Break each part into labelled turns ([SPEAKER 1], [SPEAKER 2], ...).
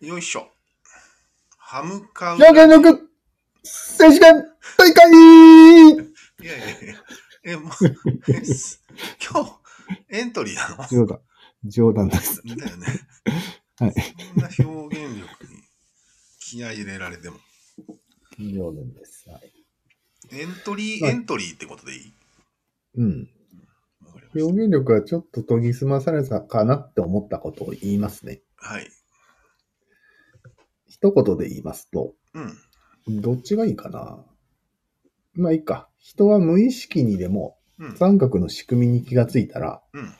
[SPEAKER 1] よいしょ。歯向かう。
[SPEAKER 2] 表現力選手権大会
[SPEAKER 1] いやいやいや。え、もう、 えす今日、エントリーな
[SPEAKER 2] 冗談。冗談です。
[SPEAKER 1] のだよね。
[SPEAKER 2] はい。
[SPEAKER 1] そんな表現力に気合い入れられても。
[SPEAKER 2] 冗談です。はい。
[SPEAKER 1] エントリー、
[SPEAKER 2] はい
[SPEAKER 1] エントリーってことでいい
[SPEAKER 2] うん。
[SPEAKER 1] わかりました
[SPEAKER 2] 表現力はちょっと研ぎ澄まされたかなって思ったことを言いますね。
[SPEAKER 1] はい。
[SPEAKER 2] 一言で言いますと、
[SPEAKER 1] うん。
[SPEAKER 2] どっちがいいかなまあいいか。人は無意識にでも
[SPEAKER 1] うん。
[SPEAKER 2] 三角の仕組みに気がついたら、
[SPEAKER 1] うん。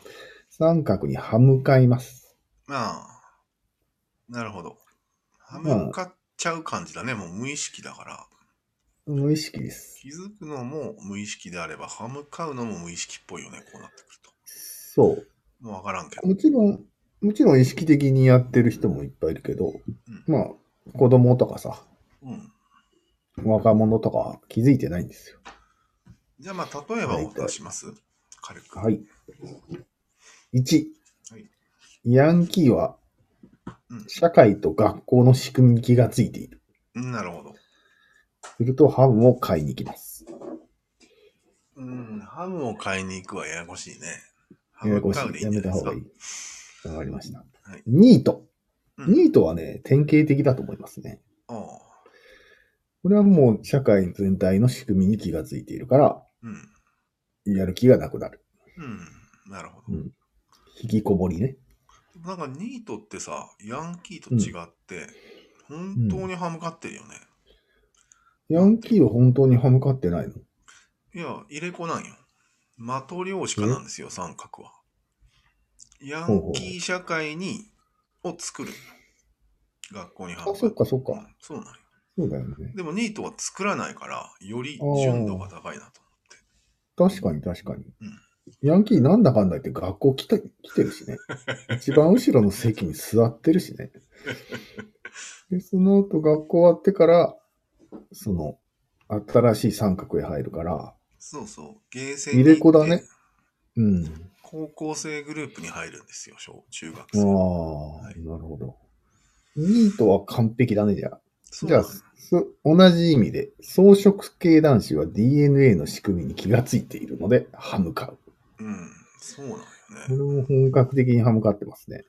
[SPEAKER 2] 三角に歯向かいます。
[SPEAKER 1] まあ、なるほど。歯向かっちゃう感じだね。もう無意識だから。
[SPEAKER 2] 無意識です。
[SPEAKER 1] 気づくのも無意識であれば、歯向かうのも無意識っぽいよね。こうなってくる
[SPEAKER 2] そう。
[SPEAKER 1] と。もうわからんけど。
[SPEAKER 2] もちろん、もちろん意識的にやってる人もいっぱいいるけど、まあ、子供とかさ、
[SPEAKER 1] うん。
[SPEAKER 2] 若者とかは気づいてないんですよ。
[SPEAKER 1] じゃあまあ、例えばを出します。軽く。
[SPEAKER 2] はい。1、
[SPEAKER 1] はい
[SPEAKER 2] ヤンキーは
[SPEAKER 1] うん
[SPEAKER 2] 社会と学校の仕組みに気がついている。
[SPEAKER 1] うんなるほど。
[SPEAKER 2] するとハムを買いに行きます。
[SPEAKER 1] うん、ハムを買いに行くはややこしいね。ハ
[SPEAKER 2] ややこ
[SPEAKER 1] ム
[SPEAKER 2] し
[SPEAKER 1] 買うでい
[SPEAKER 2] い。
[SPEAKER 1] い
[SPEAKER 2] や
[SPEAKER 1] んじゃ
[SPEAKER 2] め
[SPEAKER 1] ない
[SPEAKER 2] た
[SPEAKER 1] です
[SPEAKER 2] 方
[SPEAKER 1] か
[SPEAKER 2] がい。い。わかりました。
[SPEAKER 1] はい
[SPEAKER 2] ニート。
[SPEAKER 1] うん
[SPEAKER 2] ニートはね、典型的だと思いますね。
[SPEAKER 1] おう
[SPEAKER 2] これはもう社会全体の仕組みに気がついているから、
[SPEAKER 1] うん。
[SPEAKER 2] やる気がなくなる。
[SPEAKER 1] うん。なるほど。
[SPEAKER 2] うん。引きこもりね。
[SPEAKER 1] なんかニートってさ、ヤンキーと違って、本当に歯向かってるよね。
[SPEAKER 2] ヤンキーは本当に歯向かってないの
[SPEAKER 1] いや、入れ子なんよ。マトリョーシカなんですよ、三角は。ヤ
[SPEAKER 2] ほうほ
[SPEAKER 1] ン
[SPEAKER 2] う
[SPEAKER 1] キー社会に、を作る。学校に歯
[SPEAKER 2] あ、そっかそっ
[SPEAKER 1] う
[SPEAKER 2] か。
[SPEAKER 1] んそうなんよ。
[SPEAKER 2] そうだよね。
[SPEAKER 1] でもニートは作らないから、より純度が高いなと。
[SPEAKER 2] 確かに確かに。ヤンキーなんだかんだ言って学校来て来てる しね。一番後ろの席に座ってるし ね。で、その後学校終わってから、その、新しい三角へ入るから、
[SPEAKER 1] そうそう。ゲーセン
[SPEAKER 2] 入
[SPEAKER 1] に
[SPEAKER 2] れ
[SPEAKER 1] 行
[SPEAKER 2] 子だ
[SPEAKER 1] って
[SPEAKER 2] ね。うん。
[SPEAKER 1] 高校生グループに入るんですよ、小中学
[SPEAKER 2] ああ、
[SPEAKER 1] 生。い
[SPEAKER 2] なるほど。ニートは完璧だね、じゃあ。
[SPEAKER 1] そう
[SPEAKER 2] じゃあ、そ同じ意味で、草食系男子は DNA の仕組みに気がついているので、歯向かう。
[SPEAKER 1] うん、そうなんよ
[SPEAKER 2] こ
[SPEAKER 1] ね。
[SPEAKER 2] れも本格的に歯向かってますね。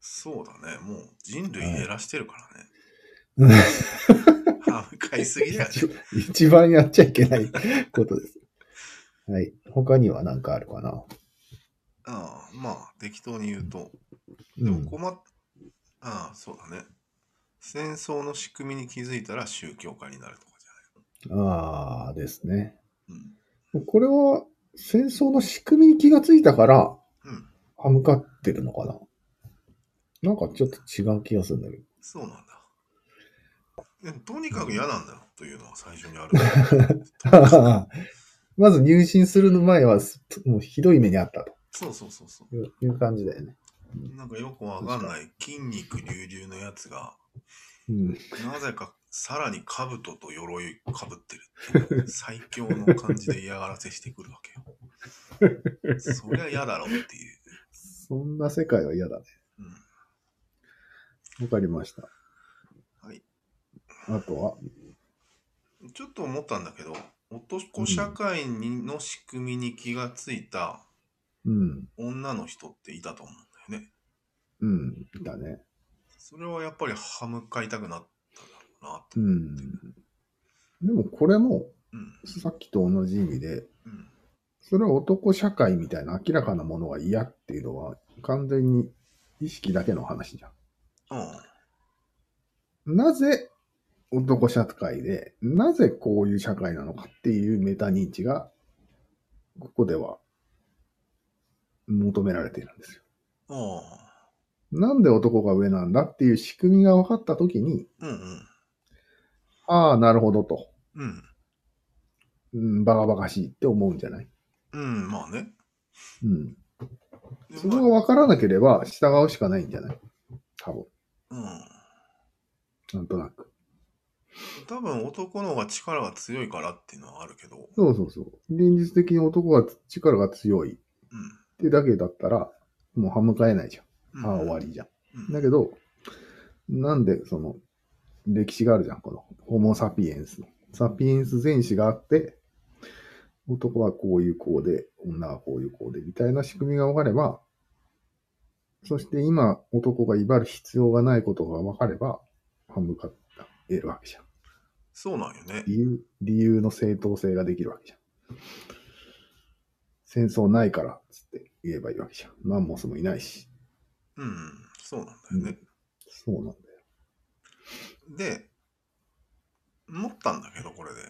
[SPEAKER 1] そうだね。もう人類減らしてるからね。
[SPEAKER 2] うん
[SPEAKER 1] 歯向かいすぎだよね。
[SPEAKER 2] 一一番やっちゃいけないことです。はい。他には何かあるかな
[SPEAKER 1] ああまあ、適当に言うと。
[SPEAKER 2] う
[SPEAKER 1] でも
[SPEAKER 2] ん。
[SPEAKER 1] 困っ、ああ、そうだね。戦争の仕組みに気づいたら宗教家になるとか
[SPEAKER 2] ああですね。
[SPEAKER 1] じゃない。
[SPEAKER 2] これは戦争の仕組みに気がついたから、
[SPEAKER 1] うん。うん、
[SPEAKER 2] 歯向かってるのかななんかちょっと違う気がするんだけど。
[SPEAKER 1] そうなんだ。でもとにかく嫌なんだよというのは最初にある。
[SPEAKER 2] まず入信する前は、すもうひどい目にあったと
[SPEAKER 1] そうそうそうそう。
[SPEAKER 2] いういう感じだよね。
[SPEAKER 1] なんかよくわかんない筋肉隆々のやつが、
[SPEAKER 2] うん。
[SPEAKER 1] なぜかさらに兜と鎧かぶってるっていう最強の感じで嫌がらせしてくるわけよ。そりゃ嫌だろうっていう。
[SPEAKER 2] そんな世界は嫌だね。
[SPEAKER 1] う
[SPEAKER 2] わかりました。
[SPEAKER 1] はい。
[SPEAKER 2] あとは、
[SPEAKER 1] ん、ちょっと思ったんだけど、男社会にの仕組みに気がついた
[SPEAKER 2] うん。
[SPEAKER 1] 女の人っていたと思うんだよね。
[SPEAKER 2] うん。だね。
[SPEAKER 1] それはやっぱり歯向かいたくなっただろうなと。
[SPEAKER 2] うん。でもこれも、
[SPEAKER 1] うん。
[SPEAKER 2] さっきと同じ意味で、
[SPEAKER 1] うん。
[SPEAKER 2] それは男社会みたいな明らかなものが嫌っていうのは、完全に意識だけの話じゃ
[SPEAKER 1] うん。
[SPEAKER 2] ん。なぜ男社会で、なぜこういう社会なのかっていうメタ認知が、ここでは求められているんですよ。
[SPEAKER 1] うん。
[SPEAKER 2] なんで男が上なんだっていう仕組みが分かったときに、
[SPEAKER 1] うんうん。
[SPEAKER 2] ああ、なるほどと、
[SPEAKER 1] うん。
[SPEAKER 2] うん、バカバカしいって思うんじゃない
[SPEAKER 1] うん。まあね。
[SPEAKER 2] うん。
[SPEAKER 1] で
[SPEAKER 2] そこが分からなければ従うしかないんじゃない多分。
[SPEAKER 1] うん。
[SPEAKER 2] なんとなく。
[SPEAKER 1] 多分男の方が力が強いからっていうのはあるけど、うん、
[SPEAKER 2] そうそうそう。現実的に男が力が強いってだけだったら、もう歯向かえないじゃん。
[SPEAKER 1] うん
[SPEAKER 2] 歯は終わりじゃん。
[SPEAKER 1] うん
[SPEAKER 2] だけど、なんで、その、歴史があるじゃん、この、ホモ・サピエンスの。サピエンス全史があって、男はこういう子で、女はこういう子で、みたいな仕組みが分かれば、そして今、男が威張る必要がないことが分かれば、反向かって得るわけじゃん。
[SPEAKER 1] そうなんよね。
[SPEAKER 2] 理由、理由の正当性ができるわけじゃん。戦争ないから、つって言えばいいわけじゃん。マンモスもいないし。
[SPEAKER 1] うん、そうなんだよね。
[SPEAKER 2] そうなんだよ。
[SPEAKER 1] で、思ったんだけど、これで。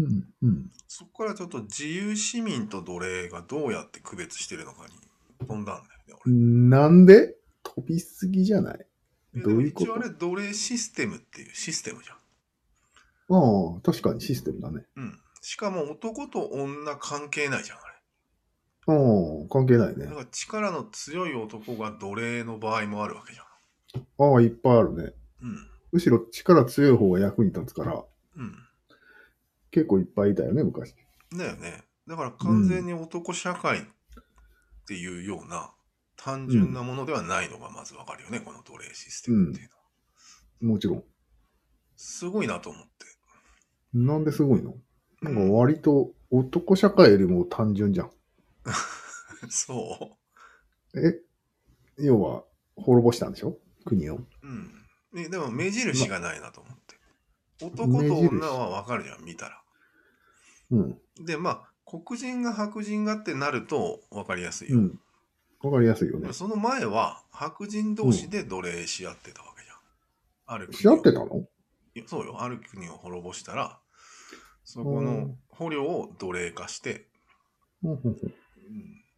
[SPEAKER 2] うん、うん。
[SPEAKER 1] そこからちょっと自由市民と奴隷がどうやって区別してるのかに飛んだんだよね、俺。
[SPEAKER 2] なんで飛びすぎじゃないどういうこ
[SPEAKER 1] で
[SPEAKER 2] と
[SPEAKER 1] も一応あれ、奴隷システムっていうシステムじゃん。
[SPEAKER 2] ああ、確かにシステムだね。
[SPEAKER 1] うん。しかも男と女関係ないじゃん、あ
[SPEAKER 2] ああ、関係ない
[SPEAKER 1] れ。
[SPEAKER 2] ね
[SPEAKER 1] だ。から力の強い男が奴隷の場合もあるわけじゃ
[SPEAKER 2] ああ、いっぱいあるね。
[SPEAKER 1] ん。うん。
[SPEAKER 2] むしろ力強い方が役に立つから、
[SPEAKER 1] う
[SPEAKER 2] 結構いっぱいいたよね、昔。
[SPEAKER 1] ん。だよね。だから完全に男社会っていうような単純なものではないのがまずわかるよね、この奴隷システムっていうのは。
[SPEAKER 2] もちろん。
[SPEAKER 1] すごいなと思って。
[SPEAKER 2] なんですごいのなんか割と男社会よりも単純じゃん。
[SPEAKER 1] そ
[SPEAKER 2] え、要は、滅ぼしたんでしょ国を。
[SPEAKER 1] ううん。ねでも目印がないなと思って。男と女はわかるじゃん、見たら。
[SPEAKER 2] うん。
[SPEAKER 1] で、まあ、黒人が白人がってなるとわかりやすいうよ。
[SPEAKER 2] ん。わかりやすいよね。
[SPEAKER 1] その前は白人同士で奴隷し合ってたわけじゃん。ある
[SPEAKER 2] し合って
[SPEAKER 1] た
[SPEAKER 2] たの
[SPEAKER 1] そうよ。ある国を滅ぼしたら、そこの捕虜を奴隷化して、
[SPEAKER 2] うんうん
[SPEAKER 1] うん、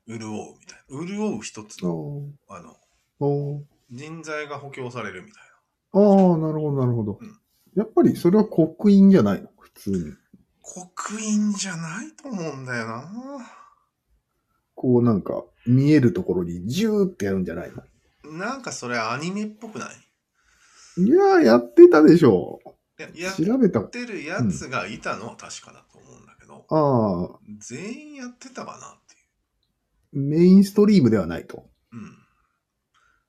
[SPEAKER 1] 潤うみたいな。潤う一つの、
[SPEAKER 2] うん
[SPEAKER 1] あの、
[SPEAKER 2] あー
[SPEAKER 1] 人材が補強されるみたいな。
[SPEAKER 2] あー、なるほど、なるほど
[SPEAKER 1] うん。
[SPEAKER 2] やっぱりそれは刻印じゃないの普通に。
[SPEAKER 1] 刻印じゃないと思うんだよな。
[SPEAKER 2] こうなんか、見えるところにジューってやるんじゃないの
[SPEAKER 1] なんかそれアニメっぽくない
[SPEAKER 2] いやー、やってたでしょ。
[SPEAKER 1] いややっ
[SPEAKER 2] 調べた。あ
[SPEAKER 1] てるやつがいたのは確かだと思うんだけど、
[SPEAKER 2] あー、
[SPEAKER 1] 全員やってたかなって
[SPEAKER 2] メインストリームではないと。
[SPEAKER 1] いう。うん。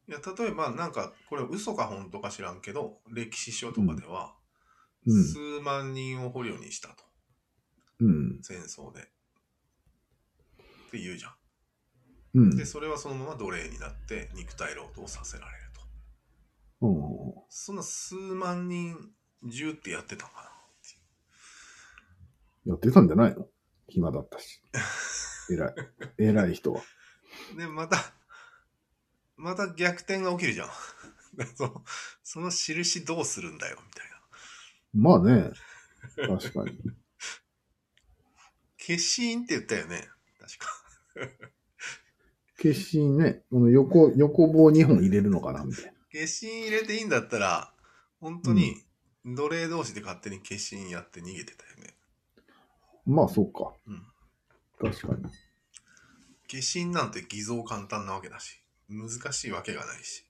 [SPEAKER 1] いや、例えばなんか、これ嘘か本当か知らんけど、歴史書とかでは、
[SPEAKER 2] うん。
[SPEAKER 1] 数万人を捕虜にしたと、
[SPEAKER 2] うん。
[SPEAKER 1] 戦争で。って言うじゃ。
[SPEAKER 2] うん
[SPEAKER 1] で、
[SPEAKER 2] ん。
[SPEAKER 1] それはそのまま奴隷になって肉体労働をさせられると。
[SPEAKER 2] うん
[SPEAKER 1] そんな数万人中ってやってたのかなっていう。
[SPEAKER 2] やってたんじゃないの暇だったし。偉い。 偉い人は。
[SPEAKER 1] で、また、また逆転が起きるじゃん。 そのその印どうするんだよ、みたいな。
[SPEAKER 2] まあね。確かに。
[SPEAKER 1] 消印って言ったよね。確か。
[SPEAKER 2] 決心ね、この横、横棒2本入れるのかなみたいな。
[SPEAKER 1] 消印入れていいんだったら、本当に奴隷同士で勝手に消印やって逃げてたよね。
[SPEAKER 2] まあ、そうか。
[SPEAKER 1] うん。
[SPEAKER 2] 確かに。
[SPEAKER 1] 消印なんて偽造簡単なわけだし、難しいわけがないし。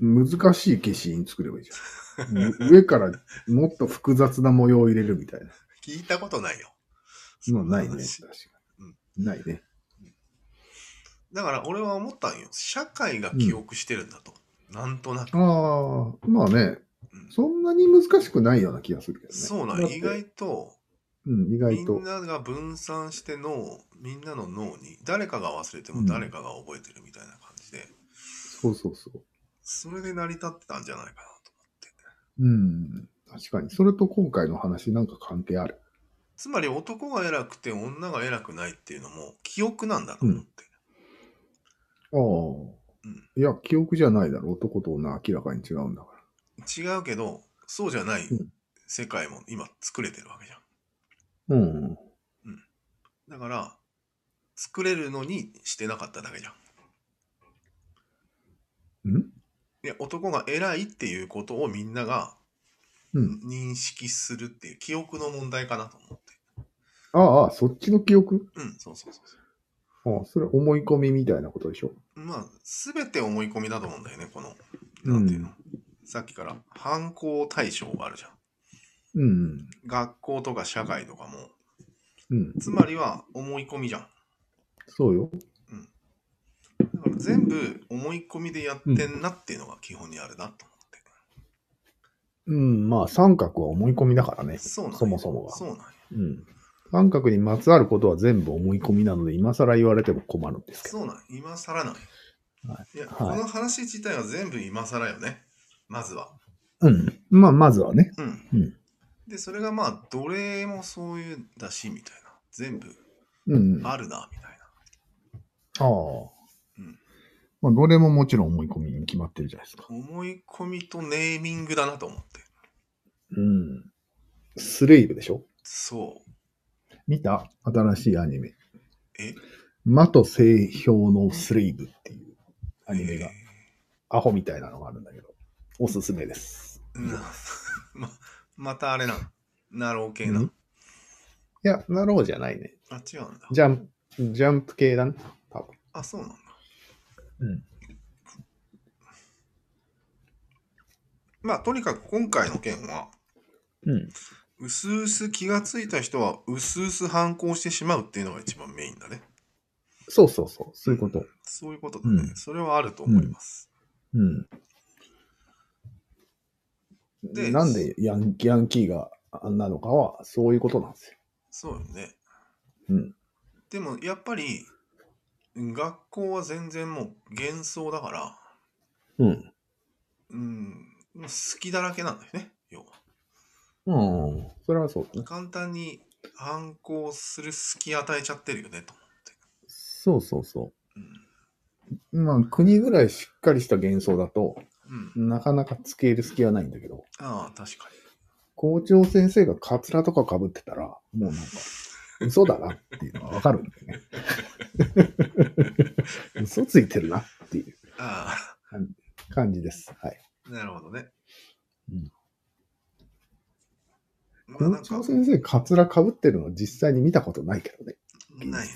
[SPEAKER 2] 難しい消印作ればいいじゃん。う上からもっと複雑な模様を入れるみたいな。
[SPEAKER 1] 聞いたことないよ。
[SPEAKER 2] まあ、ないね。確
[SPEAKER 1] 話
[SPEAKER 2] かに。ないね。
[SPEAKER 1] だから俺は思ったんよ。社会が記憶してるんだと。なんとなく。
[SPEAKER 2] ああ、まあね
[SPEAKER 1] うん。
[SPEAKER 2] そんなに難しくないような気がするけどね。
[SPEAKER 1] そうなん
[SPEAKER 2] だっ
[SPEAKER 1] よ。
[SPEAKER 2] て
[SPEAKER 1] 意外と、
[SPEAKER 2] うん、意
[SPEAKER 1] み
[SPEAKER 2] 外と
[SPEAKER 1] ん。なが分散して脳、みんなの脳に、誰かが忘れて
[SPEAKER 2] う
[SPEAKER 1] も
[SPEAKER 2] ん
[SPEAKER 1] 誰かが覚えてるみたいな感じで、
[SPEAKER 2] そうそうそう。
[SPEAKER 1] それで成り立ってたんじゃないかなと。
[SPEAKER 2] うん。確かに。それと今回の話なんか関係ある。
[SPEAKER 1] つまり男が偉くて女が偉くないっていうのも記憶なんだと思って。
[SPEAKER 2] ああ。
[SPEAKER 1] ん
[SPEAKER 2] いや、記憶じゃないだろ。男と女明らかに違うんだから。
[SPEAKER 1] 違うけど、そうじゃない
[SPEAKER 2] うん
[SPEAKER 1] 世界も今作れてるわけじゃん。
[SPEAKER 2] うん。
[SPEAKER 1] だから、作れるのにしてなかっただけじゃん。
[SPEAKER 2] うん
[SPEAKER 1] いや、男が偉いっていうことをみんなが
[SPEAKER 2] うん。
[SPEAKER 1] 認識するっていう記憶の問題かなと思って。
[SPEAKER 2] ああああ、そっちの記憶
[SPEAKER 1] うん、そうそうそうそう。
[SPEAKER 2] ああ、それ思い込みみたいなことでしょ。
[SPEAKER 1] まあ、すべて思い込みだと思うんだよね、この、なんていうの。さっきから、反抗対象があるじゃん。
[SPEAKER 2] うん。
[SPEAKER 1] 学校とか社会とかも、
[SPEAKER 2] うん。
[SPEAKER 1] つまりは思い込みじゃん。
[SPEAKER 2] そうよ。
[SPEAKER 1] だから全部思い込みでやってんなっていうのが基本にあるなと思って。
[SPEAKER 2] うん、まあ三角は思い込みだからね。
[SPEAKER 1] そうなんや
[SPEAKER 2] そもそもが
[SPEAKER 1] そうなんや。
[SPEAKER 2] うん。三角にまつわることは全部思い込みなので、今更言われても困るんですけど。
[SPEAKER 1] そうなんや今更なんや。
[SPEAKER 2] はい
[SPEAKER 1] や、
[SPEAKER 2] はい
[SPEAKER 1] この話自体は全部今更よね。まずは。
[SPEAKER 2] うん。まあ、まずはね。
[SPEAKER 1] うん。
[SPEAKER 2] うん
[SPEAKER 1] で、それがまあ、どれもそういうだし、みたいな。全部
[SPEAKER 2] うん。あ
[SPEAKER 1] あるな、みたいな。
[SPEAKER 2] あ。
[SPEAKER 1] ん
[SPEAKER 2] まあ、どれももちろん思い込みに決まってるじゃないですか。
[SPEAKER 1] 思い込みとネーミングだなと思って。
[SPEAKER 2] うん。スレイブでしょ
[SPEAKER 1] そう。
[SPEAKER 2] 見た新しいアニメ。
[SPEAKER 1] え
[SPEAKER 2] 魔と聖氷のスレイブっていうアニメが
[SPEAKER 1] え、
[SPEAKER 2] アホみたいなのがあるんだけど、おすすめです。
[SPEAKER 1] ーな ま、またあれなん。ナロー系
[SPEAKER 2] う。
[SPEAKER 1] なん
[SPEAKER 2] いや、なろうじゃないね。
[SPEAKER 1] あ、違うんだ。
[SPEAKER 2] ジャンプ、ジャンプ系だね。多分。
[SPEAKER 1] あ、そうなんだ。
[SPEAKER 2] うん。
[SPEAKER 1] まあ、とにかく今回の件は、
[SPEAKER 2] うん。
[SPEAKER 1] うすうす気がついた人は、うすうす反抗してしまうっていうのが一番メインだね。
[SPEAKER 2] そうそうそう。そういうこと。
[SPEAKER 1] そういうことだね。
[SPEAKER 2] うん
[SPEAKER 1] それはあると思います。
[SPEAKER 2] うん。
[SPEAKER 1] で
[SPEAKER 2] なんでヤンヤンキーがあんなのかは、そういうことなんですよ。
[SPEAKER 1] そうよね。
[SPEAKER 2] うん。
[SPEAKER 1] でも、やっぱり、学校は全然もう幻想だから、
[SPEAKER 2] うん。
[SPEAKER 1] うん、もう好きだらけなんだよね、要は。
[SPEAKER 2] うん。それはそうだね。
[SPEAKER 1] 簡単に反抗する隙与えちゃってるよね、と思って。
[SPEAKER 2] そうそうそ
[SPEAKER 1] うん
[SPEAKER 2] う。まあ、国ぐらいしっかりした幻想だと、
[SPEAKER 1] うん。
[SPEAKER 2] なかなかつけ入る隙はないんだけど、
[SPEAKER 1] ああ、確か
[SPEAKER 2] 校長先生がカツラとか被ってたら、もうなんか、嘘だなっていうのはわかるんだよ ね。嘘ついてるなっていう
[SPEAKER 1] に。あ
[SPEAKER 2] 感じです。はい。
[SPEAKER 1] あ、 なるほどね。
[SPEAKER 2] うん
[SPEAKER 1] まあ
[SPEAKER 2] 校
[SPEAKER 1] なんか
[SPEAKER 2] 長、先生、カツラ被ってるの実際に見たことないけどね。
[SPEAKER 1] ない ね。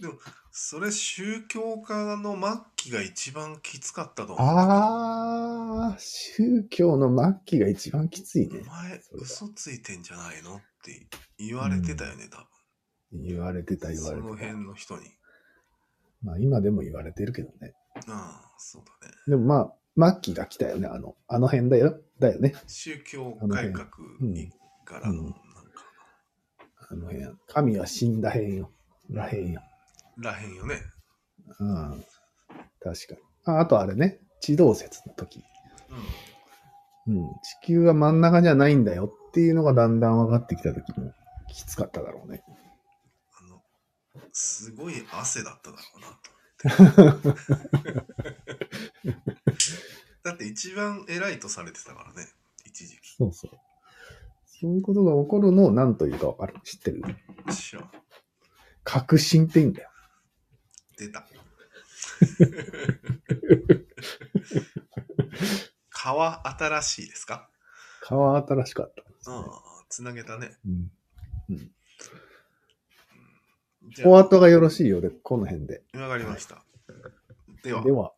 [SPEAKER 1] でも、それ宗教家の末期が一番きつかったと思う。
[SPEAKER 2] あー、宗教の末期が一番きついね
[SPEAKER 1] お。前
[SPEAKER 2] そ、れだ
[SPEAKER 1] 嘘ついてんじゃないのって言われてたよね、多
[SPEAKER 2] 言われてた
[SPEAKER 1] 分。
[SPEAKER 2] 言わ
[SPEAKER 1] そ
[SPEAKER 2] れ
[SPEAKER 1] の
[SPEAKER 2] てた。
[SPEAKER 1] 辺の人に。
[SPEAKER 2] まあ今でも言われてるけどね。
[SPEAKER 1] ああ、そうだね。
[SPEAKER 2] でもまあ、末期が来たよね。あの、あの辺だよ。だよね。
[SPEAKER 1] 宗教改革にからの、
[SPEAKER 2] うん
[SPEAKER 1] なんか、
[SPEAKER 2] あの辺。神は死んだ辺よ。らへんよ。
[SPEAKER 1] らへんよね。
[SPEAKER 2] うん。確かに。ああとあれね。地動説の時。
[SPEAKER 1] うん。
[SPEAKER 2] うん。地球は真ん中じゃないんだよっていうのがだんだん分かってきた時もきつかっただろうね。
[SPEAKER 1] あの、すごい汗だっただろうなと思って。だって一番偉いとされてたからね、一時期。
[SPEAKER 2] そうそう。そういうことが起こるのを何というか分かる。知ってる
[SPEAKER 1] 知らん
[SPEAKER 2] 革新って言うんだよ。
[SPEAKER 1] 出た。川新しいですか
[SPEAKER 2] 川新しかった。
[SPEAKER 1] ああ、つなげたね。
[SPEAKER 2] うん。
[SPEAKER 1] じゃ
[SPEAKER 2] お
[SPEAKER 1] あ、
[SPEAKER 2] 後がよろしいようで、この辺で。
[SPEAKER 1] わかりました。では
[SPEAKER 2] で。は。